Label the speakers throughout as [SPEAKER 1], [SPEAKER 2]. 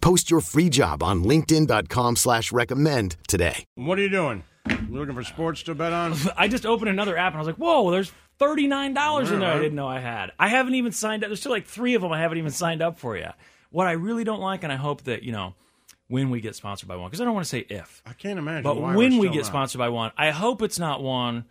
[SPEAKER 1] Post your free job on linkedin.com slash recommend today.
[SPEAKER 2] What are you doing? You looking for sports to bet on?
[SPEAKER 3] I just opened another app and I was like, whoa, there's $39 in there I
[SPEAKER 2] Alright.
[SPEAKER 3] didn't know I had. I haven't even signed up. There's still like three of them I haven't even signed up for yet. What I really don't like, and I hope that, you know, when we get sponsored by one, because I don't want to say if,
[SPEAKER 2] I can't imagine.
[SPEAKER 3] but
[SPEAKER 2] why
[SPEAKER 3] when
[SPEAKER 2] we're
[SPEAKER 3] we
[SPEAKER 2] still
[SPEAKER 3] get
[SPEAKER 2] not.
[SPEAKER 3] sponsored by one, I hope it's not one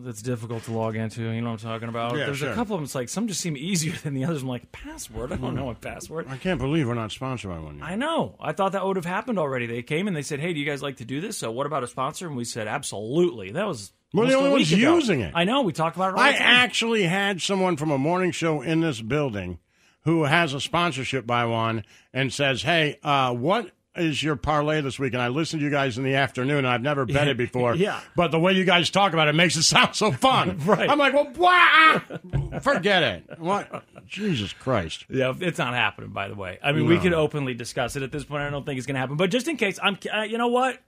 [SPEAKER 3] that's difficult to log into. You know what I'm talking about?
[SPEAKER 2] Yeah,
[SPEAKER 3] There's
[SPEAKER 2] sure.
[SPEAKER 3] a couple of them, it's like some just seem easier than the others. I'm like, password? I
[SPEAKER 2] Hmm.
[SPEAKER 3] don't know a password.
[SPEAKER 2] I can't believe we're not sponsored by one. Yet.
[SPEAKER 3] I know. I thought that would have happened already. They came and they said, "Hey, do you guys like to do this?" So, what about a sponsor? And we said, "Absolutely." That was
[SPEAKER 2] We're the
[SPEAKER 3] almost a
[SPEAKER 2] only
[SPEAKER 3] week
[SPEAKER 2] ones
[SPEAKER 3] ago.
[SPEAKER 2] using it.
[SPEAKER 3] I know. We talked about it. All
[SPEAKER 2] I
[SPEAKER 3] the time.
[SPEAKER 2] actually had someone from a morning show in this building who has a sponsorship by one and says, "Hey, uh, what is your parlay this week?" And I listened to you guys in the afternoon. and I've never bet it before.
[SPEAKER 3] Yeah.
[SPEAKER 2] But the way you guys talk about it makes it sound so fun.
[SPEAKER 3] Right.
[SPEAKER 2] I'm like, well, blah, forget it. What? Jesus Christ.
[SPEAKER 3] Yeah, it's not happening. By the way, I mean, we could openly discuss it at this point. I don't think it's going to happen. But just in case, I'm. Uh, you know what?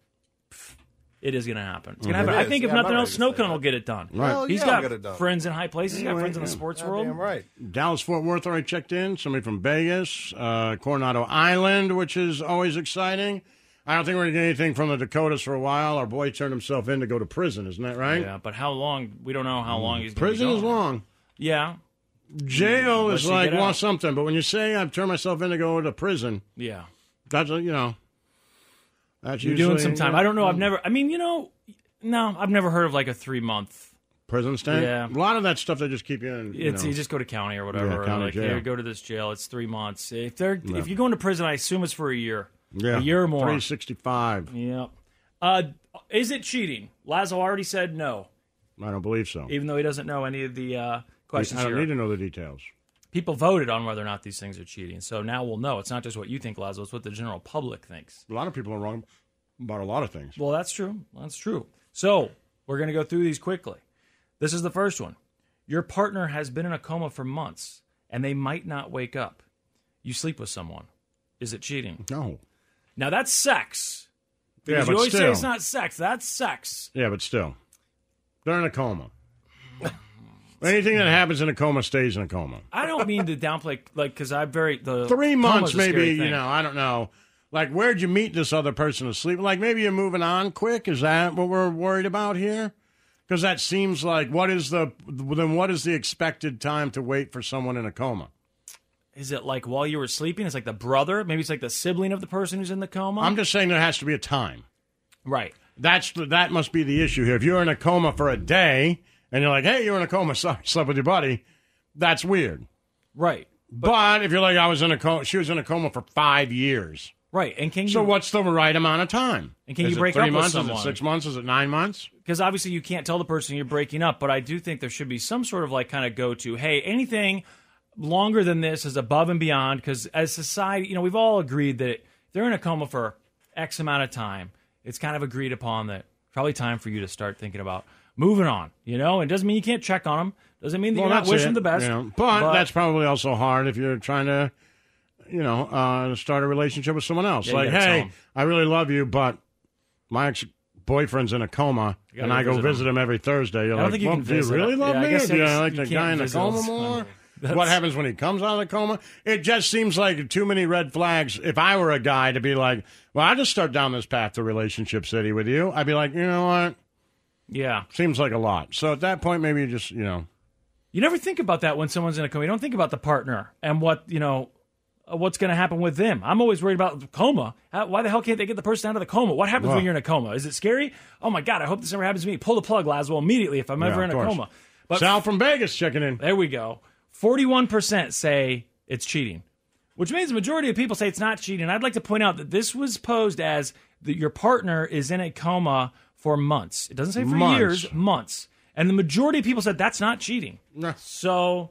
[SPEAKER 3] It is going to happen. It's going to happen. I
[SPEAKER 4] is.
[SPEAKER 3] think if
[SPEAKER 4] Yeah, I'm
[SPEAKER 3] nothing
[SPEAKER 4] not
[SPEAKER 3] else,
[SPEAKER 4] gonna say
[SPEAKER 3] Snowcone will get it done.
[SPEAKER 2] Mm-hmm. Right.
[SPEAKER 4] Hell
[SPEAKER 3] He's
[SPEAKER 4] yeah, I'll
[SPEAKER 3] got
[SPEAKER 4] get it done.
[SPEAKER 3] friends in high places. He's got friends in the sports world.
[SPEAKER 4] Damn right.
[SPEAKER 2] Dallas Fort Worth already checked in. Somebody from Vegas, uh, Coronado Island, which is always exciting. I don't think we're going to get anything from the Dakotas for a while. Our boy turned himself in to go to prison, isn't that right? Mm.
[SPEAKER 3] Yeah, but how long? We don't know how long he's. gonna be
[SPEAKER 2] Prison is
[SPEAKER 3] gone.
[SPEAKER 2] long.
[SPEAKER 3] Yeah,
[SPEAKER 2] Jail
[SPEAKER 3] Unless
[SPEAKER 2] is
[SPEAKER 3] you
[SPEAKER 2] like
[SPEAKER 3] get out.
[SPEAKER 2] want something, but when you say I've turned myself in to go to prison,
[SPEAKER 3] yeah.
[SPEAKER 2] that's a, you know, that's
[SPEAKER 3] You're
[SPEAKER 2] usually, Mm.
[SPEAKER 3] doing some time. I don't know. I've never. I mean, you know, no, I've never heard of like a three month.
[SPEAKER 2] prison stint.
[SPEAKER 3] Yeah.
[SPEAKER 2] a lot of that stuff they just keep you in. You
[SPEAKER 3] It's
[SPEAKER 2] know.
[SPEAKER 3] you just go to county or whatever.
[SPEAKER 2] Yeah,
[SPEAKER 3] or
[SPEAKER 2] county
[SPEAKER 3] like,
[SPEAKER 2] jail.
[SPEAKER 3] "Here, go to this jail. It's three months. If they're if you go into prison, I assume it's for a year.
[SPEAKER 2] yeah,
[SPEAKER 3] a year or more.
[SPEAKER 2] Three sixty five.
[SPEAKER 3] Yeah. Uh, is it cheating? Lazo already said no,
[SPEAKER 2] I don't believe so.
[SPEAKER 3] even though he doesn't know any of the uh, questions
[SPEAKER 2] I don't
[SPEAKER 3] here.
[SPEAKER 2] need to know the details.
[SPEAKER 3] People voted on whether or not these things are cheating, so now we'll know. It's not just what you think, Lazo. It's what the general public thinks.
[SPEAKER 2] A lot of people are wrong about a lot of things.
[SPEAKER 3] Well, that's true. That's true. So we're going to go through these quickly. This is the first one. Your partner has been in a coma for months and they might not wake up. You sleep with someone. Is it cheating?
[SPEAKER 2] No.
[SPEAKER 3] Now that's sex.
[SPEAKER 2] Yeah,
[SPEAKER 3] Because
[SPEAKER 2] but
[SPEAKER 3] you always
[SPEAKER 2] still.
[SPEAKER 3] say it's not sex. That's sex.
[SPEAKER 2] Yeah, but still, they're in a coma. Anything that happens in a coma stays in a coma.
[SPEAKER 3] I don't mean to downplay, like, because I'm very the
[SPEAKER 2] Three months,
[SPEAKER 3] coma's a scary
[SPEAKER 2] maybe. You
[SPEAKER 3] thing.
[SPEAKER 2] know, I don't know. Like, where'd you meet this other person to sleep? Like, maybe you're moving on quick. Is that what we're worried about here? Because that seems like what is the then what is the expected time to wait for someone in a coma?
[SPEAKER 3] Is it like while you were sleeping? It's like the brother. Maybe it's like the sibling of the person who's in the coma.
[SPEAKER 2] I'm just saying there has to be a time.
[SPEAKER 3] right.
[SPEAKER 2] That's the, that must be the issue here. If you're in a coma for a day and you're like, hey, you're in a coma, sorry, slept with your buddy, that's weird.
[SPEAKER 3] Right.
[SPEAKER 2] But, if you're like, I was in a coma, she was in a coma for five years.
[SPEAKER 3] Right. And can you?
[SPEAKER 2] So what's the right amount of time?
[SPEAKER 3] And can
[SPEAKER 2] Is
[SPEAKER 3] you
[SPEAKER 2] it
[SPEAKER 3] break
[SPEAKER 2] three
[SPEAKER 3] up with
[SPEAKER 2] months?
[SPEAKER 3] someone?
[SPEAKER 2] Is it six months? Is it nine months?
[SPEAKER 3] because obviously you can't tell the person you're breaking up, but I do think there should be some sort of like kind of go to, hey, anything longer than this is above and beyond. Because as society, you know, we've all agreed that if they're in a coma for X amount of time. It's kind of agreed upon that probably time for you to start thinking about moving on, you know? It doesn't mean you can't check on them, doesn't mean that you're not
[SPEAKER 2] that's
[SPEAKER 3] wishing
[SPEAKER 2] it,
[SPEAKER 3] the best.
[SPEAKER 2] you know. but, that's probably also hard if you're trying to, you know, uh, start a relationship with someone else.
[SPEAKER 3] Yeah, you
[SPEAKER 2] like,
[SPEAKER 3] gotta tell
[SPEAKER 2] hey,
[SPEAKER 3] 'em.
[SPEAKER 2] I really love you, but my ex boyfriend's in a coma,
[SPEAKER 3] gotta
[SPEAKER 2] and
[SPEAKER 3] go
[SPEAKER 2] I go
[SPEAKER 3] visit him.
[SPEAKER 2] visit him. every Thursday. You're
[SPEAKER 3] I don't
[SPEAKER 2] like,
[SPEAKER 3] think you
[SPEAKER 2] well,
[SPEAKER 3] can
[SPEAKER 2] do you
[SPEAKER 3] visit
[SPEAKER 2] really
[SPEAKER 3] him.
[SPEAKER 2] love
[SPEAKER 3] Yeah, I
[SPEAKER 2] me? Or
[SPEAKER 3] guess
[SPEAKER 2] do you
[SPEAKER 3] that's-
[SPEAKER 2] like
[SPEAKER 3] you
[SPEAKER 2] the
[SPEAKER 3] can't
[SPEAKER 2] guy in the
[SPEAKER 3] visit
[SPEAKER 2] coma
[SPEAKER 3] him.
[SPEAKER 2] more?
[SPEAKER 3] That's-
[SPEAKER 2] What happens when he comes out of the coma? It just seems like too many red flags. If I were a guy to be like, well, I just start down this path to relationship city with you, I'd be like, you know what?
[SPEAKER 3] yeah.
[SPEAKER 2] Seems like a lot. So at that point, maybe you just, you know.
[SPEAKER 3] You never think about that when someone's in a coma. You don't think about the partner and what you know uh, what's going to happen with them. I'm always worried about coma. How, why the hell can't they get the person out of the coma? What happens
[SPEAKER 2] Wow.
[SPEAKER 3] when you're in a coma? Is it scary? Oh my god! I hope this never happens to me. Pull the plug, Laswell, immediately if I'm
[SPEAKER 2] Yeah,
[SPEAKER 3] ever
[SPEAKER 2] of
[SPEAKER 3] in a
[SPEAKER 2] course.
[SPEAKER 3] coma. But
[SPEAKER 2] Sal from Vegas checking in.
[SPEAKER 3] there we go. 41% say it's cheating, which means the majority of people say it's not cheating. I'd like to point out that this was posed as that your partner is in a coma for months. It doesn't say for
[SPEAKER 2] Months.
[SPEAKER 3] years, months. And the majority of people said that's not cheating.
[SPEAKER 2] No.
[SPEAKER 3] So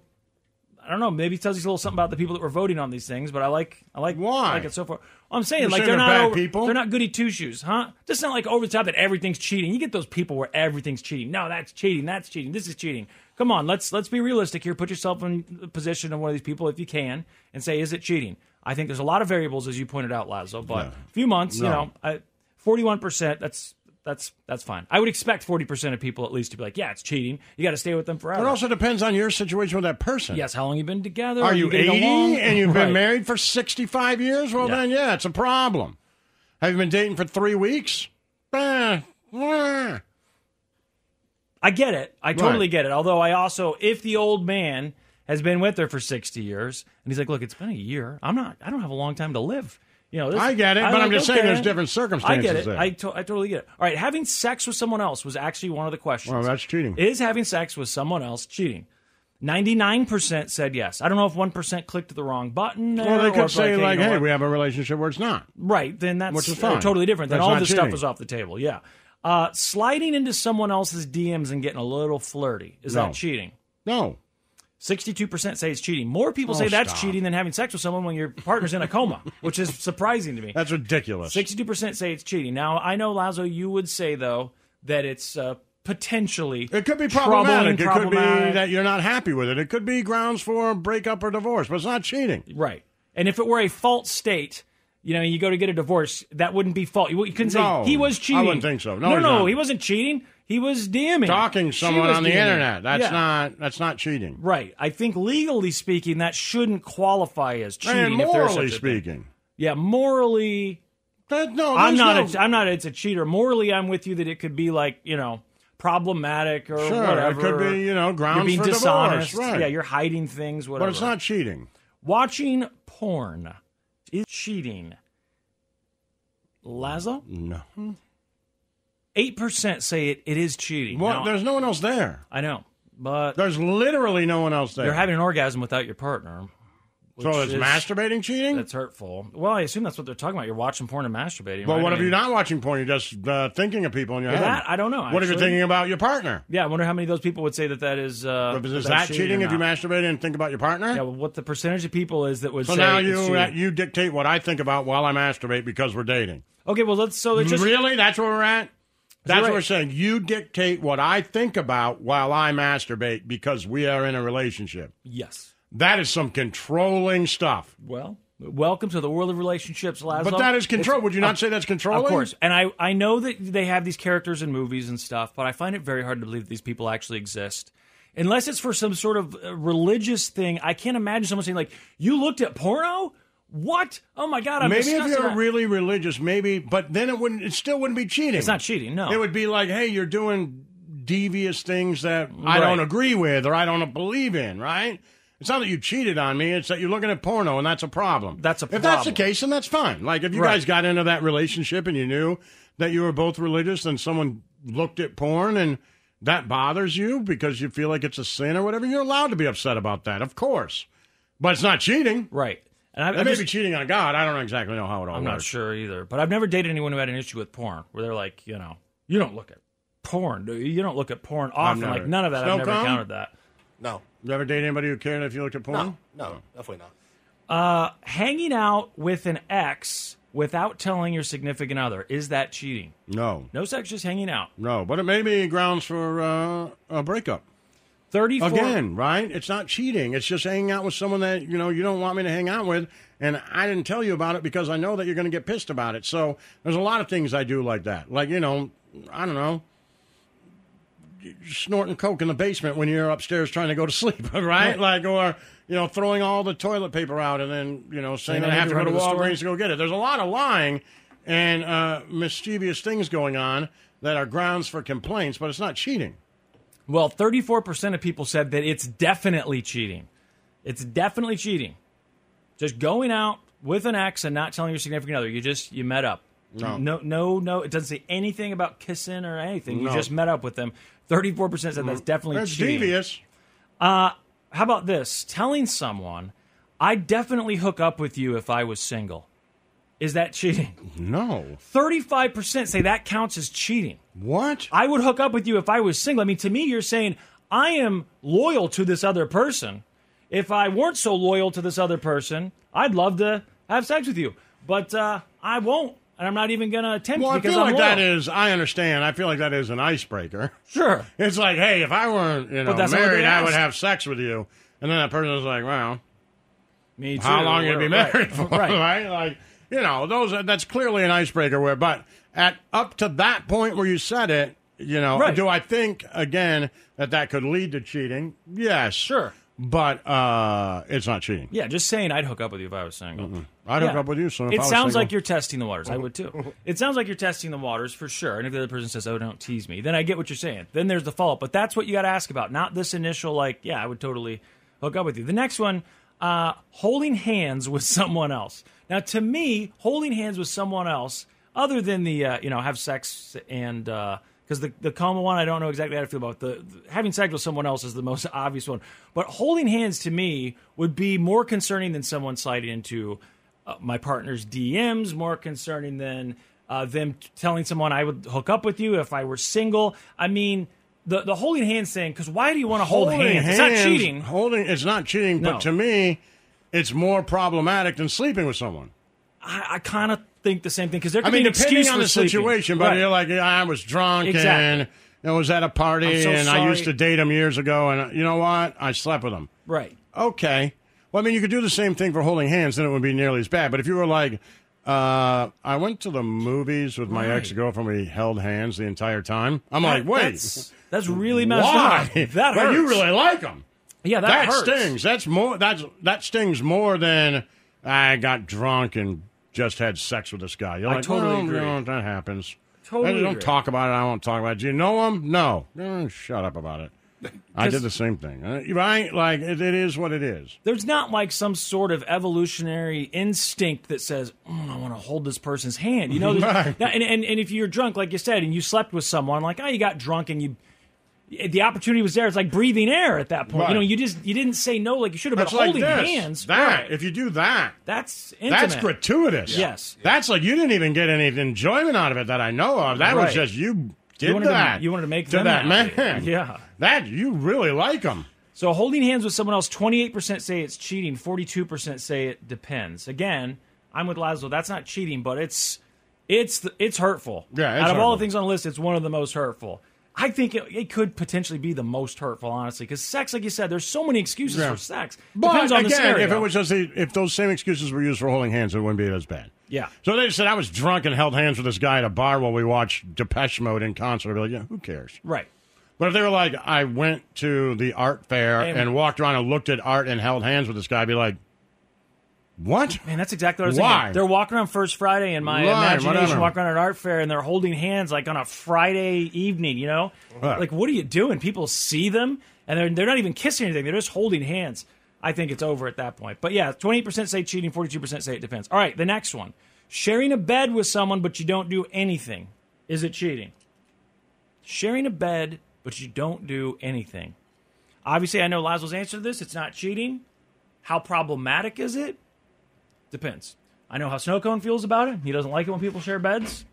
[SPEAKER 3] I don't know. Maybe it tells you a little something about the people that were voting on these things, but I like I like
[SPEAKER 2] Why?
[SPEAKER 3] I like it so far. I'm saying
[SPEAKER 2] You're
[SPEAKER 3] like
[SPEAKER 2] saying
[SPEAKER 3] they're
[SPEAKER 2] they're
[SPEAKER 3] not
[SPEAKER 2] bad
[SPEAKER 3] over,
[SPEAKER 2] people?
[SPEAKER 3] they're not goody two shoes, huh? That's not like over the top that everything's cheating. You get those people where everything's cheating. No, that's cheating. That's cheating. This is cheating. Come on, let's let's be realistic here. Put yourself in the position of one of these people if you can, and say, is it cheating? I think there's a lot of variables as you pointed out, Lazo. But a few months, you know, forty-one percent. That's that's that's fine. I would expect forty percent of people at least to be like, yeah, it's cheating. You got to stay with them forever.
[SPEAKER 2] It also depends on your situation with that person.
[SPEAKER 3] Yes, how long you been together?
[SPEAKER 2] Are you
[SPEAKER 3] getting
[SPEAKER 2] 80
[SPEAKER 3] along?
[SPEAKER 2] and you've been
[SPEAKER 3] Right.
[SPEAKER 2] married for 65 years? Well,
[SPEAKER 3] Yeah.
[SPEAKER 2] then, yeah, it's a problem. Have you been dating for three weeks? Eh, eh.
[SPEAKER 3] I get it. I totally
[SPEAKER 2] Right.
[SPEAKER 3] get it. Although I also, if the old man has been with her for sixty years, and he's like, "Look, it's been a year. I'm not. I don't have a long time to live." You know, this,
[SPEAKER 2] I get it, but I'm just saying there's different
[SPEAKER 3] I get
[SPEAKER 2] circumstances
[SPEAKER 3] it.
[SPEAKER 2] there.
[SPEAKER 3] I, to- I totally get it. All right, having sex with someone else was actually one of the questions.
[SPEAKER 2] Well, that's cheating.
[SPEAKER 3] Is having sex with someone else cheating? Ninety-nine percent said yes. I don't know if one percent clicked the wrong button. there,
[SPEAKER 2] Well, they
[SPEAKER 3] or
[SPEAKER 2] could
[SPEAKER 3] if,
[SPEAKER 2] say,
[SPEAKER 3] you
[SPEAKER 2] like,
[SPEAKER 3] know
[SPEAKER 2] hey,
[SPEAKER 3] what-
[SPEAKER 2] we have a relationship where it's not.
[SPEAKER 3] Right, then that's
[SPEAKER 2] Which is fine.
[SPEAKER 3] totally different. Then
[SPEAKER 2] That's
[SPEAKER 3] all
[SPEAKER 2] not
[SPEAKER 3] this
[SPEAKER 2] cheating.
[SPEAKER 3] stuff is off the table. Yeah. Uh, sliding into someone else's DMs and getting a little flirty. Is
[SPEAKER 2] No.
[SPEAKER 3] that cheating?
[SPEAKER 2] No.
[SPEAKER 3] 62% say it's cheating. More people
[SPEAKER 2] Oh,
[SPEAKER 3] say that's
[SPEAKER 2] stop.
[SPEAKER 3] cheating than having sex with someone when your partner's in a coma, which is surprising to me.
[SPEAKER 2] That's ridiculous.
[SPEAKER 3] 62% say it's cheating. Now, I know, Lazo, you would say, though, that it's uh, potentially.
[SPEAKER 2] It could be
[SPEAKER 3] troubling,
[SPEAKER 2] problematic. It could be
[SPEAKER 3] problematic.
[SPEAKER 2] that you're not happy with it. It could be grounds for breakup or divorce, but it's not cheating.
[SPEAKER 3] Right. And if it were a false state, you know, you go to get a divorce, that wouldn't be fault. You you couldn't say
[SPEAKER 2] No,
[SPEAKER 3] he was
[SPEAKER 2] I
[SPEAKER 3] cheating.
[SPEAKER 2] wouldn't think so. No,
[SPEAKER 3] no,
[SPEAKER 2] he's
[SPEAKER 3] no,
[SPEAKER 2] not.
[SPEAKER 3] he wasn't cheating. He was DMing.
[SPEAKER 2] Talking to
[SPEAKER 3] She
[SPEAKER 2] someone
[SPEAKER 3] was
[SPEAKER 2] on the
[SPEAKER 3] DMing.
[SPEAKER 2] internet, that's
[SPEAKER 3] Yeah.
[SPEAKER 2] not that's not cheating.
[SPEAKER 3] Right. I think legally speaking, that shouldn't qualify as cheating.
[SPEAKER 2] and
[SPEAKER 3] if there is
[SPEAKER 2] morally
[SPEAKER 3] such a thing.
[SPEAKER 2] speaking.
[SPEAKER 3] Yeah, morally,
[SPEAKER 2] That, no,
[SPEAKER 3] I'm
[SPEAKER 2] there's
[SPEAKER 3] not.
[SPEAKER 2] no-
[SPEAKER 3] A, I'm not. It's a cheater. Morally, I'm with you that it could be like you know problematic or
[SPEAKER 2] Sure, it
[SPEAKER 3] whatever.
[SPEAKER 2] could be, you know,
[SPEAKER 3] You're
[SPEAKER 2] grounds
[SPEAKER 3] being
[SPEAKER 2] for divorce,
[SPEAKER 3] dishonest.
[SPEAKER 2] right.
[SPEAKER 3] Yeah, you're hiding things. Whatever.
[SPEAKER 2] but it's not cheating.
[SPEAKER 3] Watching porn is cheating. Lazo,
[SPEAKER 2] No.
[SPEAKER 3] eight percent say it, it is cheating.
[SPEAKER 2] Well,
[SPEAKER 3] Now,
[SPEAKER 2] there's no one else there.
[SPEAKER 3] I know, but
[SPEAKER 2] There's literally no one else there.
[SPEAKER 3] you're having an orgasm without your partner.
[SPEAKER 2] so
[SPEAKER 3] which
[SPEAKER 2] is
[SPEAKER 3] is-
[SPEAKER 2] masturbating cheating?
[SPEAKER 3] That's hurtful. Well, I assume that's what they're talking about. You're watching porn and masturbating.
[SPEAKER 2] well,
[SPEAKER 3] right?
[SPEAKER 2] what
[SPEAKER 3] I
[SPEAKER 2] if you're
[SPEAKER 3] mean,
[SPEAKER 2] not watching porn? You're just uh, thinking of people in your
[SPEAKER 3] Yeah,
[SPEAKER 2] head.
[SPEAKER 3] that- I don't know,
[SPEAKER 2] What if you're
[SPEAKER 3] actually.
[SPEAKER 2] thinking about your partner?
[SPEAKER 3] Yeah, I wonder how many of those people would say that that is. Uh,
[SPEAKER 2] is
[SPEAKER 3] that's
[SPEAKER 2] that cheating
[SPEAKER 3] or
[SPEAKER 2] if you
[SPEAKER 3] not.
[SPEAKER 2] masturbate and think about your partner?
[SPEAKER 3] Yeah, well, what the percentage of people is that would
[SPEAKER 2] so
[SPEAKER 3] say
[SPEAKER 2] now
[SPEAKER 3] it's
[SPEAKER 2] you
[SPEAKER 3] cheating.
[SPEAKER 2] you dictate what I think about while I masturbate because we're dating.
[SPEAKER 3] okay, well let's so it's just
[SPEAKER 2] really? That's where we're at? That's what
[SPEAKER 3] right.
[SPEAKER 2] we're saying. You dictate what I think about while I masturbate because we are in a relationship.
[SPEAKER 3] yes.
[SPEAKER 2] That is some controlling stuff.
[SPEAKER 3] Well, welcome to the world of relationships, Laszlo.
[SPEAKER 2] But that is control.
[SPEAKER 3] It's-
[SPEAKER 2] Would you not say that's controlling?
[SPEAKER 3] Of course, and I I know that they have these characters in movies and stuff, but I find it very hard to believe that these people actually exist. Unless it's for some sort of uh, religious thing, I can't imagine someone saying like, "You looked at porno? What? Oh my god! I'm
[SPEAKER 2] Maybe if
[SPEAKER 3] disgusted."
[SPEAKER 2] you're really religious, maybe, but then it wouldn't. It still wouldn't be cheating.
[SPEAKER 3] It's not cheating. No,
[SPEAKER 2] It would be like, hey, you're doing devious things that I
[SPEAKER 3] Right.
[SPEAKER 2] don't agree with or I don't believe in. Right? It's not that you cheated on me. It's that you're looking at porno, and that's a problem.
[SPEAKER 3] That's a
[SPEAKER 2] If that's the
[SPEAKER 3] problem.
[SPEAKER 2] case, then that's fine. Like if you
[SPEAKER 3] Right.
[SPEAKER 2] guys got into that relationship and you knew that you were both religious, and someone looked at porn and. That bothers you because you feel like it's a sin or whatever. You're allowed to be upset about that, of course, but it's not cheating.
[SPEAKER 3] right. And I,
[SPEAKER 2] That
[SPEAKER 3] I
[SPEAKER 2] may
[SPEAKER 3] just-
[SPEAKER 2] be cheating on God. I don't exactly know how it all
[SPEAKER 3] I'm
[SPEAKER 2] works.
[SPEAKER 3] not sure either, but I've never dated anyone who had an issue with porn, where they're like, you know, you don't look at porn, do you? You don't look at porn often,
[SPEAKER 2] never-
[SPEAKER 3] like none of that.
[SPEAKER 2] Snow
[SPEAKER 3] I've never
[SPEAKER 2] cone?
[SPEAKER 3] countered that.
[SPEAKER 4] No,
[SPEAKER 2] You ever date anybody who cared if you looked at porn?
[SPEAKER 4] no, no, definitely not.
[SPEAKER 3] Uh, hanging out with an ex without telling your significant other is that cheating?
[SPEAKER 2] No.
[SPEAKER 3] No sex, just hanging out.
[SPEAKER 2] No. But it may be grounds for uh, a breakup.
[SPEAKER 3] Thirty-four.
[SPEAKER 2] Again, right? It's not cheating. It's just hanging out with someone that, you know, you don't want me to hang out with. And I didn't tell you about it because I know that you're going to get pissed about it. So there's a lot of things I do like that. Like, you know, I don't know, snorting Coke in the basement when you're upstairs trying to go to sleep, right? Like, or, you know, throwing all the toilet paper out and then, you know, saying
[SPEAKER 3] Saying
[SPEAKER 2] that I
[SPEAKER 3] I
[SPEAKER 2] have
[SPEAKER 3] need
[SPEAKER 2] to
[SPEAKER 3] to
[SPEAKER 2] go to
[SPEAKER 3] run to the store.
[SPEAKER 2] Walgreens to go get it. There's a lot of lying and uh, mischievous things going on that are grounds for complaints, but it's not cheating.
[SPEAKER 3] Well, thirty-four percent of people said that it's definitely cheating. It's definitely cheating. Just going out with an ex and not telling your significant other. You just you met up. No, no, no. no it doesn't say anything about kissing or anything.
[SPEAKER 2] No. Mm-hmm.
[SPEAKER 3] You just met up with them. Thirty-four percent said that's definitely
[SPEAKER 2] That's
[SPEAKER 3] cheating.
[SPEAKER 2] devious.
[SPEAKER 3] Uh, how about this? Telling someone, I definitely hook up with you if I was single. Is that cheating?
[SPEAKER 2] No.
[SPEAKER 3] 35% say that counts as cheating.
[SPEAKER 2] What?
[SPEAKER 3] I would hook up with you if I was single. I mean, to me, you're saying, I am loyal to this other person. If I weren't so loyal to this other person, I'd love to have sex with you. But uh, I won't. And I'm not even going to attempt
[SPEAKER 2] Well, I
[SPEAKER 3] because
[SPEAKER 2] feel like
[SPEAKER 3] I'm
[SPEAKER 2] that
[SPEAKER 3] loyal.
[SPEAKER 2] is. I understand. I feel like that is an icebreaker.
[SPEAKER 3] Sure.
[SPEAKER 2] It's like, hey, if I weren't, you know,
[SPEAKER 3] that's not what
[SPEAKER 2] married,
[SPEAKER 3] they
[SPEAKER 2] I would
[SPEAKER 3] asked.
[SPEAKER 2] have sex with you. And then that person was like, well,
[SPEAKER 3] Me too.
[SPEAKER 2] how long you gonna be
[SPEAKER 3] Right.
[SPEAKER 2] married for?
[SPEAKER 3] Right.
[SPEAKER 2] Right. Like, you know, those. are- That's clearly an icebreaker. Where, but at up to that point where you said it, you know,
[SPEAKER 3] Right.
[SPEAKER 2] do I think again that that could lead to cheating? Yes,
[SPEAKER 3] Sure.
[SPEAKER 2] But uh, it's not cheating.
[SPEAKER 3] Yeah, just saying I'd hook up with you if I was single.
[SPEAKER 2] I'd hook
[SPEAKER 3] Yeah.
[SPEAKER 2] up with you. So if
[SPEAKER 3] it
[SPEAKER 2] I was
[SPEAKER 3] sounds
[SPEAKER 2] single-
[SPEAKER 3] like you're testing the waters. I would too. It sounds like you're testing the waters for sure. And if the other person says, "Oh, don't tease me," then I get what you're saying. Then there's the follow up, but that's what you got to ask about. Not this initial like, "Yeah, I would totally hook up with you." The next one, uh, holding hands with someone else. Now, to me, holding hands with someone else, other than the uh, you know have sex and because the the coma one, I don't know exactly how to feel about the, the having sex with someone else is the most obvious one. But holding hands to me would be more concerning than someone sliding into uh, my partner's DMs more concerning than uh, them t- telling someone I would hook up with you if I were single. I mean, the the holding hands thing. Because why do you want to hold
[SPEAKER 2] holding
[SPEAKER 3] hands? It's not
[SPEAKER 2] hands-
[SPEAKER 3] cheating.
[SPEAKER 2] Holding. It's not cheating.
[SPEAKER 3] No.
[SPEAKER 2] But to me, it's more problematic than sleeping with someone.
[SPEAKER 3] I, I kind of think the same thing because there could
[SPEAKER 2] I mean,
[SPEAKER 3] be an
[SPEAKER 2] depending
[SPEAKER 3] excuse
[SPEAKER 2] on
[SPEAKER 3] for
[SPEAKER 2] the
[SPEAKER 3] sleeping.
[SPEAKER 2] situation, but
[SPEAKER 3] Right.
[SPEAKER 2] you're like, "Yeah, I was drunk
[SPEAKER 3] Exactly.
[SPEAKER 2] and I was at a party
[SPEAKER 3] I'm so
[SPEAKER 2] and I used to
[SPEAKER 3] sorry.
[SPEAKER 2] date him years ago, and uh, you know what? I slept with him.
[SPEAKER 3] right.
[SPEAKER 2] Okay. Well, I mean, you could do the same thing for holding hands, then it would be nearly as bad. But if you were like, uh, I went to the movies with my
[SPEAKER 3] Right.
[SPEAKER 2] ex girlfriend, we held hands the entire time. I'm like,
[SPEAKER 3] That-
[SPEAKER 2] wait,
[SPEAKER 3] that's, that's really messed
[SPEAKER 2] why?
[SPEAKER 3] up. That
[SPEAKER 2] But
[SPEAKER 3] hurts.
[SPEAKER 2] you really like him.
[SPEAKER 3] yeah, that,
[SPEAKER 2] That,
[SPEAKER 3] hurts.
[SPEAKER 2] stings. That's more. That's that stings more than I got drunk and just had sex with this guy. You're
[SPEAKER 3] I
[SPEAKER 2] like,
[SPEAKER 3] totally
[SPEAKER 2] well,
[SPEAKER 3] agree.
[SPEAKER 2] no, that happens.
[SPEAKER 3] Totally
[SPEAKER 2] Hey, don't
[SPEAKER 3] agree.
[SPEAKER 2] talk about it. I won't talk about it. Do you know him? No. Eh, shut up about it. I did the same thing. Uh, Right? Like it, it is what it is.
[SPEAKER 3] There's not like some sort of evolutionary instinct that says, "Mm, I want to hold this person's hand. You know, there's-
[SPEAKER 2] Right.
[SPEAKER 3] and, and, and if you're drunk, like you said, and you slept with someone, like, oh, you got drunk and you, the opportunity was there. It's like breathing air at that point.
[SPEAKER 2] Right.
[SPEAKER 3] You know, you just, you didn't say no like you should have,
[SPEAKER 2] That's
[SPEAKER 3] but
[SPEAKER 2] like
[SPEAKER 3] holding
[SPEAKER 2] this.
[SPEAKER 3] hands.
[SPEAKER 2] That
[SPEAKER 3] right.
[SPEAKER 2] if you do that,
[SPEAKER 3] that's intimate.
[SPEAKER 2] that's gratuitous.
[SPEAKER 3] Yes.
[SPEAKER 2] That's like you didn't even get any enjoyment out of it that I know of. That was
[SPEAKER 3] Right.
[SPEAKER 2] just you did
[SPEAKER 3] You wanted,
[SPEAKER 2] that.
[SPEAKER 3] to, you wanted to make
[SPEAKER 2] to
[SPEAKER 3] them
[SPEAKER 2] that
[SPEAKER 3] happy.
[SPEAKER 2] man.
[SPEAKER 3] Yeah.
[SPEAKER 2] That you really like him.
[SPEAKER 3] So holding hands with someone else, 28% say it's cheating, 42% say it depends. Again, I'm with Laszlo. That's not cheating, but it's it's it's hurtful.
[SPEAKER 2] Yeah, it's
[SPEAKER 3] Out of
[SPEAKER 2] hurtful.
[SPEAKER 3] all the things on the list, it's one of the most hurtful. I think it, it could potentially be the most hurtful, honestly, because sex, like you said, there's so many excuses
[SPEAKER 2] Yeah.
[SPEAKER 3] for sex.
[SPEAKER 2] But
[SPEAKER 3] Depends on the
[SPEAKER 2] again,
[SPEAKER 3] scenario.
[SPEAKER 2] if it was just the, if those same excuses were used for holding hands, it wouldn't be as bad.
[SPEAKER 3] Yeah.
[SPEAKER 2] So they said I was drunk and held hands with this guy at a bar while we watched Depeche Mode in concert. I'd be like, yeah, who cares?
[SPEAKER 3] right.
[SPEAKER 2] But if they were like, I went to the art fair
[SPEAKER 3] And-
[SPEAKER 2] and, walked around and looked at art and held hands with this guy, I'd be like, what?
[SPEAKER 3] Man, that's exactly what I was
[SPEAKER 2] Why?
[SPEAKER 3] thinking. They're walking around First Friday in my
[SPEAKER 2] Right,
[SPEAKER 3] imagination,
[SPEAKER 2] whatever.
[SPEAKER 3] walking around an art fair, and they're holding hands like on a Friday evening, you know?
[SPEAKER 2] Right.
[SPEAKER 3] Like, what are you doing? People see them, and they're, they're not even kissing anything. They're just holding hands. I think it's over at that point. But yeah, 28% say cheating, 42% say it depends. All right, the next one. Sharing a bed with someone, but you don't do anything. Is it cheating? Sharing a bed, but you don't do anything. Obviously, I know Lazo's answer to this. It's not cheating. How problematic is it? Depends. I know how Snow Cone feels about it. He doesn't like it when people share beds.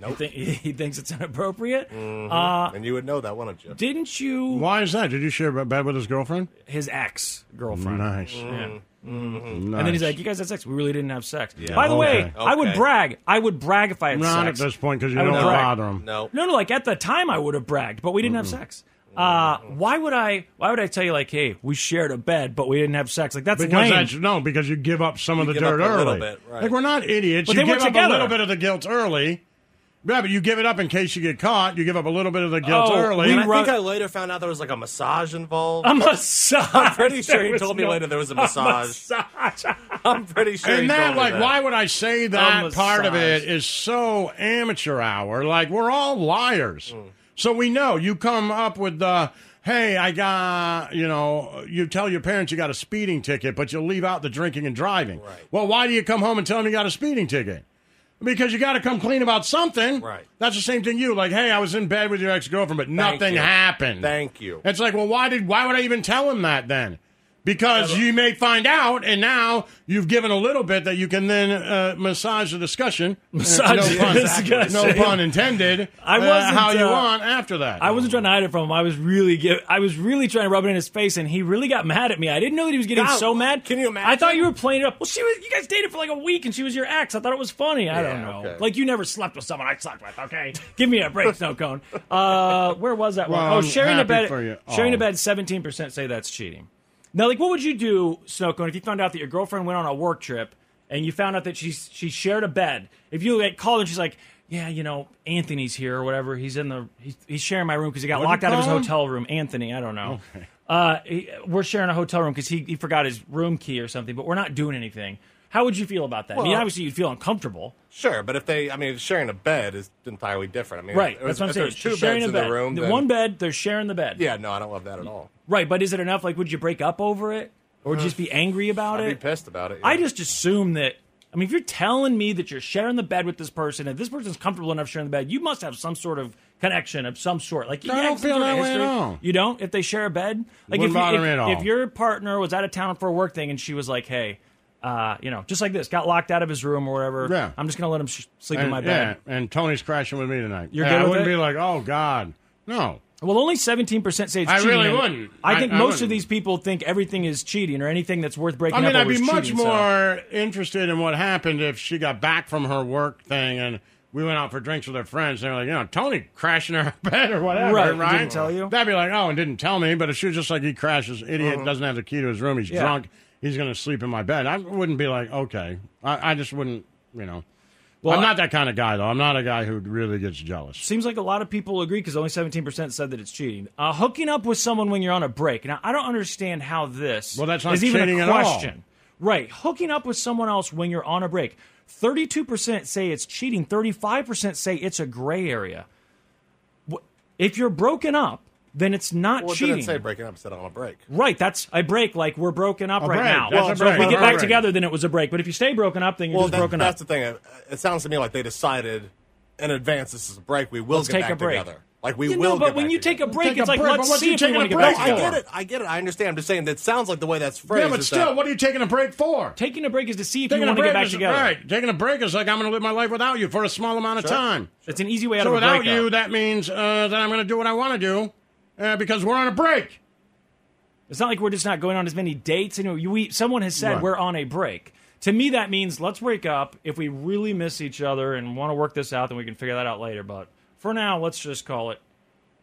[SPEAKER 3] No, He, thi- he thinks it's inappropriate.
[SPEAKER 4] Mm-hmm.
[SPEAKER 3] Uh,
[SPEAKER 4] and you would know that, wouldn't you?
[SPEAKER 3] Didn't you?
[SPEAKER 2] Why is that? Did you share a bed with his girlfriend?
[SPEAKER 3] His ex girlfriend.
[SPEAKER 2] Nice.
[SPEAKER 4] Mm-hmm.
[SPEAKER 3] Yeah. Mm.
[SPEAKER 2] Nice.
[SPEAKER 3] And then he's like, "You guys had sex? We really didn't have sex." By the way,
[SPEAKER 2] Okay.
[SPEAKER 3] I would
[SPEAKER 4] Okay.
[SPEAKER 3] brag. I would brag if I had
[SPEAKER 2] not
[SPEAKER 3] sex.
[SPEAKER 2] at this point because you
[SPEAKER 3] I
[SPEAKER 2] don't
[SPEAKER 3] would
[SPEAKER 2] want to
[SPEAKER 3] brag.
[SPEAKER 2] bother him.
[SPEAKER 4] No.
[SPEAKER 3] No, no. Like at the time, I would have bragged, but we didn't have sex. Uh, why would I? Why would I tell you like, "Hey, we shared a bed, but we didn't have sex"? Like that's
[SPEAKER 2] Because
[SPEAKER 3] lame.
[SPEAKER 2] that's no, because you give up some of the
[SPEAKER 4] give up
[SPEAKER 2] dirt
[SPEAKER 4] a little
[SPEAKER 2] early.
[SPEAKER 4] bit, right.
[SPEAKER 2] Like we're not idiots.
[SPEAKER 3] But
[SPEAKER 2] you
[SPEAKER 3] they were
[SPEAKER 2] give up a
[SPEAKER 3] together.
[SPEAKER 2] little bit of the guilt early. Yeah, but you give it up in case you get caught. You give up a little bit of the guilt
[SPEAKER 3] Oh,
[SPEAKER 2] early.
[SPEAKER 3] we
[SPEAKER 4] And I
[SPEAKER 3] Right.
[SPEAKER 4] think I later found out there was like a massage involved.
[SPEAKER 3] I'm a sub.
[SPEAKER 4] I'm pretty sure he told me later there was a massage. I'm pretty sure. he
[SPEAKER 2] and that,
[SPEAKER 4] told me
[SPEAKER 2] like,
[SPEAKER 4] that.
[SPEAKER 2] why would I say that
[SPEAKER 3] massage.
[SPEAKER 2] part of it is so
[SPEAKER 4] Hmm.
[SPEAKER 2] amateur hour? Like, we're all liars. So we know you come up with the, hey, I got, you know, you tell your parents you got a speeding ticket, but you leave out the drinking and driving. Right. Well, why do you come home and tell them you got a speeding ticket? Because you got to come clean about something.
[SPEAKER 4] Right.
[SPEAKER 2] That's the same thing you like. Hey, I was in bed with your ex girlfriend, but nothing
[SPEAKER 4] you.
[SPEAKER 2] happened.
[SPEAKER 4] Thank you.
[SPEAKER 2] It's like, well, why did? Why would I even tell him that then? Because you may find out, and now you've given a little bit that you can then uh, massage the discussion. Uh,
[SPEAKER 3] Massage
[SPEAKER 2] no pun,
[SPEAKER 3] the discussion.
[SPEAKER 2] No pun intended.
[SPEAKER 3] I
[SPEAKER 2] uh,
[SPEAKER 3] wasn't,
[SPEAKER 2] how you
[SPEAKER 3] uh,
[SPEAKER 2] want after that.
[SPEAKER 3] I wasn't trying to hide it from him. I was really give, I was really trying to rub it in his face, and he really got mad at me. I didn't know that he was getting
[SPEAKER 4] God,
[SPEAKER 3] so mad.
[SPEAKER 4] can you imagine?
[SPEAKER 3] I thought you were playing it up. Well, she was. You guys dated for like a week, and she was your ex. I thought it was funny. I don't
[SPEAKER 4] Yeah,
[SPEAKER 3] know.
[SPEAKER 4] okay.
[SPEAKER 3] Like you never slept with someone I slept with. Okay, give me a break, snow cone. Uh, where was that one?
[SPEAKER 2] Well,
[SPEAKER 3] oh,
[SPEAKER 2] I'm
[SPEAKER 3] sharing a
[SPEAKER 2] happy
[SPEAKER 3] bed.
[SPEAKER 2] for you.
[SPEAKER 3] Sharing a
[SPEAKER 2] Oh.
[SPEAKER 3] bed. Seventeen percent say that's cheating. Now, like, what would you do, snow cone, if you found out that your girlfriend went on a work trip and you found out that she she shared a bed? If you like called and she's like. Yeah, you know Anthony's here or whatever. He's in the he's, he's sharing my room because he got
[SPEAKER 2] What'd
[SPEAKER 3] locked
[SPEAKER 2] you
[SPEAKER 3] out of his
[SPEAKER 2] call him?
[SPEAKER 3] hotel room. Anthony, I don't know. Uh, he- we're sharing a hotel room because he, he forgot his room key or something, but we're not doing anything. How would you feel about that? I mean,
[SPEAKER 4] Well-
[SPEAKER 3] obviously you'd feel uncomfortable.
[SPEAKER 4] Sure, but if they, I mean, sharing a bed is entirely different. I mean,
[SPEAKER 3] Right,
[SPEAKER 4] if
[SPEAKER 3] that's what
[SPEAKER 4] there's-
[SPEAKER 3] I'm
[SPEAKER 4] if
[SPEAKER 3] saying.
[SPEAKER 4] There's two
[SPEAKER 3] sharing
[SPEAKER 4] beds
[SPEAKER 3] a
[SPEAKER 4] in
[SPEAKER 3] bed.
[SPEAKER 4] the room.
[SPEAKER 3] The
[SPEAKER 4] then-
[SPEAKER 3] one bed, they're sharing the bed.
[SPEAKER 4] Yeah, no, I don't love that at all.
[SPEAKER 3] Right, but is it enough? Like, would you break up over it, or just be angry about
[SPEAKER 4] I'd
[SPEAKER 3] it?
[SPEAKER 4] be pissed about it. yeah.
[SPEAKER 3] I just assume that. I mean, if you're telling me that you're sharing the bed with this person, if this person's comfortable enough sharing the bed, you must have some sort of connection of some sort. Like, you
[SPEAKER 2] I
[SPEAKER 3] have
[SPEAKER 2] don't
[SPEAKER 3] some
[SPEAKER 2] feel
[SPEAKER 3] sort of
[SPEAKER 2] that way at
[SPEAKER 3] history.
[SPEAKER 2] all.
[SPEAKER 3] You don't if they share a bed. Like,
[SPEAKER 2] Wouldn't
[SPEAKER 3] if, you-
[SPEAKER 2] bother
[SPEAKER 3] if,
[SPEAKER 2] me at all.
[SPEAKER 3] if your partner was out of town for a work thing and she was like, "Hey, uh, you know, just like this, got locked out of his room or whatever.
[SPEAKER 2] Yeah.
[SPEAKER 3] I'm just gonna let him sh- sleep in
[SPEAKER 2] and,
[SPEAKER 3] my bed."
[SPEAKER 2] Yeah, and Tony's crashing with me tonight.
[SPEAKER 3] You're
[SPEAKER 2] yeah,
[SPEAKER 3] good
[SPEAKER 2] I
[SPEAKER 3] with
[SPEAKER 2] wouldn't
[SPEAKER 3] it?
[SPEAKER 2] be like, oh God, no.
[SPEAKER 3] Well, only 17% say it's
[SPEAKER 2] I
[SPEAKER 3] cheating.
[SPEAKER 2] really
[SPEAKER 3] and
[SPEAKER 2] wouldn't.
[SPEAKER 3] I
[SPEAKER 2] I-
[SPEAKER 3] think
[SPEAKER 2] I
[SPEAKER 3] most of
[SPEAKER 2] wouldn't.
[SPEAKER 3] these people think everything is cheating or anything that's worth breaking
[SPEAKER 2] I mean,
[SPEAKER 3] up
[SPEAKER 2] I'd
[SPEAKER 3] over
[SPEAKER 2] be
[SPEAKER 3] is
[SPEAKER 2] much
[SPEAKER 3] cheating, so-
[SPEAKER 2] more interested in what happened if she got back from her work thing and we went out for drinks with her friends. And they were like, you know, Tony crashing her bed or whatever,
[SPEAKER 3] Right,
[SPEAKER 2] right?
[SPEAKER 3] didn't tell you. Uh-huh.
[SPEAKER 2] That'd be like, oh, and didn't tell me. But if she was just like, he crashes, idiot, doesn't have the key to his room, he's
[SPEAKER 3] Yeah.
[SPEAKER 2] drunk, he's going to sleep in my bed. I wouldn't be like, okay. I, I just wouldn't, you know.
[SPEAKER 3] Well,
[SPEAKER 2] I'm not that kind of guy, though. I'm not a guy who really gets jealous.
[SPEAKER 3] Seems like a lot of people agree because only 17% said that it's cheating. Uh, hooking up with someone when you're on a break. Now, I don't understand how this
[SPEAKER 2] Well, that's not
[SPEAKER 3] is even
[SPEAKER 2] cheating
[SPEAKER 3] a
[SPEAKER 2] at all.
[SPEAKER 3] question. Right. Hooking up with someone else when you're on a break. 32% say it's cheating, 35% say it's a gray area. Wh- If you're broken up, then it's not
[SPEAKER 4] well, it
[SPEAKER 3] cheating.
[SPEAKER 4] didn't say breaking up. It said on a break.
[SPEAKER 3] Right, that's a break. Like we're broken up
[SPEAKER 2] A
[SPEAKER 3] right
[SPEAKER 2] break,
[SPEAKER 3] now.
[SPEAKER 2] that's a
[SPEAKER 3] so if we
[SPEAKER 2] break,
[SPEAKER 3] get
[SPEAKER 2] a
[SPEAKER 3] back
[SPEAKER 2] break.
[SPEAKER 3] together, then it was a break. But if you stay broken up, then you're
[SPEAKER 4] Well,
[SPEAKER 3] just
[SPEAKER 4] that-
[SPEAKER 3] broken
[SPEAKER 4] that's
[SPEAKER 3] up.
[SPEAKER 4] the thing. It, it sounds to me like they decided in advance this is a break. We will
[SPEAKER 3] Let's
[SPEAKER 4] get
[SPEAKER 3] take
[SPEAKER 4] back
[SPEAKER 3] a break.
[SPEAKER 4] together. Like we
[SPEAKER 3] You
[SPEAKER 4] will.
[SPEAKER 3] know, but
[SPEAKER 4] get
[SPEAKER 3] when
[SPEAKER 4] back
[SPEAKER 3] you
[SPEAKER 4] together.
[SPEAKER 3] take a break,
[SPEAKER 2] Take
[SPEAKER 3] it's
[SPEAKER 2] a
[SPEAKER 3] like
[SPEAKER 2] break, but
[SPEAKER 3] let's
[SPEAKER 2] what are
[SPEAKER 3] see
[SPEAKER 2] you
[SPEAKER 3] if we
[SPEAKER 2] taking
[SPEAKER 3] want
[SPEAKER 2] a
[SPEAKER 3] to get
[SPEAKER 2] break
[SPEAKER 3] back
[SPEAKER 4] No, I
[SPEAKER 2] for?
[SPEAKER 3] together.
[SPEAKER 4] get it. I get it. I understand. I'm just saying that sounds like the way that's phrased.
[SPEAKER 2] Yeah, but
[SPEAKER 4] is
[SPEAKER 2] still,
[SPEAKER 4] that-
[SPEAKER 2] what are you taking a break for?
[SPEAKER 3] Taking a break is to see if
[SPEAKER 2] Taking
[SPEAKER 3] you
[SPEAKER 2] a
[SPEAKER 3] want to
[SPEAKER 2] break
[SPEAKER 3] get back
[SPEAKER 2] is,
[SPEAKER 3] together.
[SPEAKER 2] Right. Taking a break is like I'm going to live my life without you for a small amount of time.
[SPEAKER 3] It's an easy way out
[SPEAKER 2] So
[SPEAKER 3] of a
[SPEAKER 2] without
[SPEAKER 3] breakup.
[SPEAKER 2] you, that means uh, that I'm going to do what I want to do uh, because we're on a break.
[SPEAKER 3] It's not like we're just not going on as many dates. You know, you- we, someone has said
[SPEAKER 2] Right.
[SPEAKER 3] we're on a break. To me, that means let's break up. If we really miss each other and want to work this out, then we can figure that out later. But for now, let's just call it.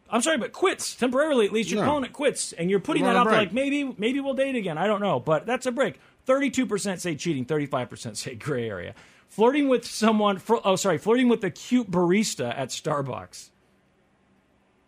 [SPEAKER 3] I'm sorry, but quits temporarily. At least you're
[SPEAKER 2] Yeah.
[SPEAKER 3] calling it quits, and you're putting
[SPEAKER 2] We're
[SPEAKER 3] that
[SPEAKER 2] on a
[SPEAKER 3] out there
[SPEAKER 2] break.
[SPEAKER 3] like maybe, maybe we'll date again. I don't know, but that's a break. Thirty-two percent say cheating. Thirty-five percent say gray area. Flirting with someone. Fr- oh, sorry, flirting with the cute barista at Starbucks.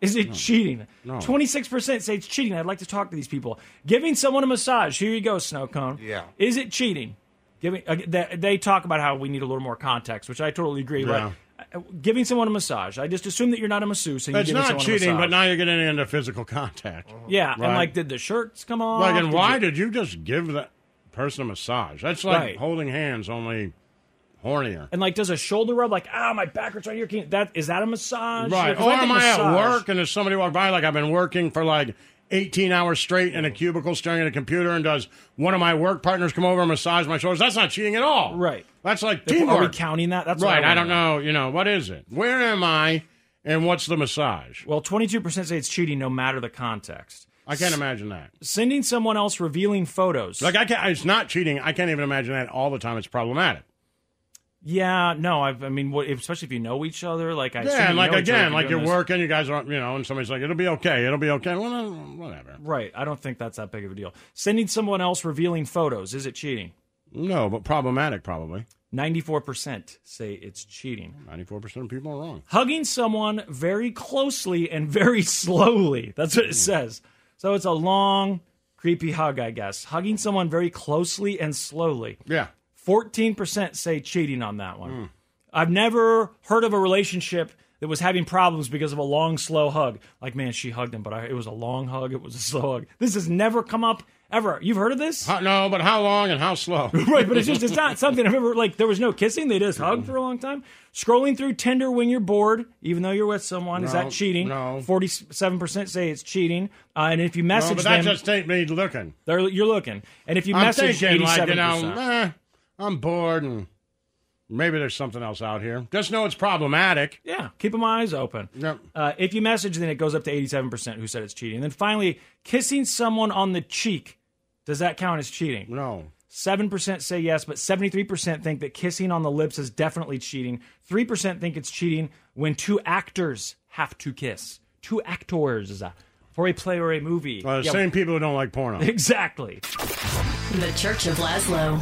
[SPEAKER 3] Is it cheating? Twenty-six percent say it's cheating. I'd like to talk to these people. Giving someone a massage. Here you go, snow cone.
[SPEAKER 4] Yeah.
[SPEAKER 3] Is it cheating? Giving uh, they, they talk about how we need a little more context, which I totally agree.
[SPEAKER 2] Yeah.
[SPEAKER 3] But uh, giving someone a massage, I just assume that you're not a masseuse and you're
[SPEAKER 2] It's
[SPEAKER 3] giving
[SPEAKER 2] not
[SPEAKER 3] someone a
[SPEAKER 2] cheating,
[SPEAKER 3] massage.
[SPEAKER 2] but now you're getting into physical contact.
[SPEAKER 3] yeah. And
[SPEAKER 2] Right.
[SPEAKER 3] like, did the shirts come off?
[SPEAKER 2] Like, and
[SPEAKER 3] Oh, Did
[SPEAKER 2] why
[SPEAKER 3] you-
[SPEAKER 2] did you just give that person a massage? That's like
[SPEAKER 3] Right.
[SPEAKER 2] holding hands, only hornier.
[SPEAKER 3] and like, does a shoulder rub? Like, ah, my back hurts right here. Can you, that is that a massage?
[SPEAKER 2] Right.
[SPEAKER 3] Because
[SPEAKER 2] Or
[SPEAKER 3] think
[SPEAKER 2] am I at
[SPEAKER 3] massage-
[SPEAKER 2] work and there's somebody walk by like I've been working for like 18 hours straight in a cubicle staring at a computer and does one of my work partners come over and massage my shoulders? That's not cheating at all.
[SPEAKER 3] Right.
[SPEAKER 2] That's like
[SPEAKER 3] If- Are we
[SPEAKER 2] teamwork.
[SPEAKER 3] counting that? That's what
[SPEAKER 2] Right. I
[SPEAKER 3] wanna
[SPEAKER 2] don't know. You know, what is it? Where am I and what's the massage?
[SPEAKER 3] Well, twenty-two percent say it's cheating, no matter the context.
[SPEAKER 2] I can't imagine that.
[SPEAKER 3] Sending someone else revealing photos.
[SPEAKER 2] Like I can't, it's not cheating. I can't even imagine that all the time. It's problematic.
[SPEAKER 3] Yeah, no, I've, I mean, what, especially if you know each other, like I
[SPEAKER 2] Yeah,
[SPEAKER 3] assume
[SPEAKER 2] and
[SPEAKER 3] you
[SPEAKER 2] like
[SPEAKER 3] know each other if
[SPEAKER 2] again, like
[SPEAKER 3] doing
[SPEAKER 2] you're
[SPEAKER 3] this.
[SPEAKER 2] working, you guys are, you know, and somebody's like, "It'll be okay, it'll be okay." Well, then, whatever.
[SPEAKER 3] Right, I don't think that's that big of a deal. Sending someone else revealing photos is it cheating?
[SPEAKER 2] No, but problematic probably.
[SPEAKER 3] Ninety-four percent say it's cheating.
[SPEAKER 2] Ninety-four percent of people are wrong.
[SPEAKER 3] Hugging someone very closely and very slowly. That's
[SPEAKER 2] Hmm.
[SPEAKER 3] what it says. So it's a long, creepy hug, I guess. Hugging someone very closely and slowly.
[SPEAKER 2] Yeah, Hmm.
[SPEAKER 3] Fourteen percent say cheating on that one. I've never heard of a relationship that was having problems because of a long, slow hug. Like, man, she hugged him, but I, it was a long hug. It was a slow hug. This has never come up ever. You've heard of this?
[SPEAKER 2] How- no, but how long and how slow?
[SPEAKER 3] right, but it's just it's not something I remember. Like there was no kissing; they just hugged for a long time. Scrolling through Tinder when you're bored, even though you're with someone, is
[SPEAKER 2] No,
[SPEAKER 3] that cheating?
[SPEAKER 2] no.
[SPEAKER 3] forty-seven percent say it's cheating. Uh, and if you
[SPEAKER 2] No,
[SPEAKER 3] message
[SPEAKER 2] but that
[SPEAKER 3] them,
[SPEAKER 2] just ain't me looking.
[SPEAKER 3] they're, you're looking. And if you
[SPEAKER 2] I'm
[SPEAKER 3] message
[SPEAKER 2] thinking, like, you
[SPEAKER 3] eighty-seven
[SPEAKER 2] know,
[SPEAKER 3] percent,
[SPEAKER 2] eh, I'm bored and maybe there's something else out here. Just know it's problematic.
[SPEAKER 3] yeah, keep them eyes open.
[SPEAKER 2] Yep.
[SPEAKER 3] Uh, if you message, then it goes up to eighty-seven percent who said it's cheating. And then finally, kissing someone on the cheek. Does that count as cheating?
[SPEAKER 2] No.
[SPEAKER 3] 7% say yes, but 73% think that kissing on the lips is definitely cheating. 3% think it's cheating when two actors have to kiss. Two actors uh, for a play or a movie.
[SPEAKER 2] Uh,
[SPEAKER 3] Yeah,
[SPEAKER 2] Same people who don't like porno.
[SPEAKER 3] Exactly.
[SPEAKER 5] The Church of Laszlo.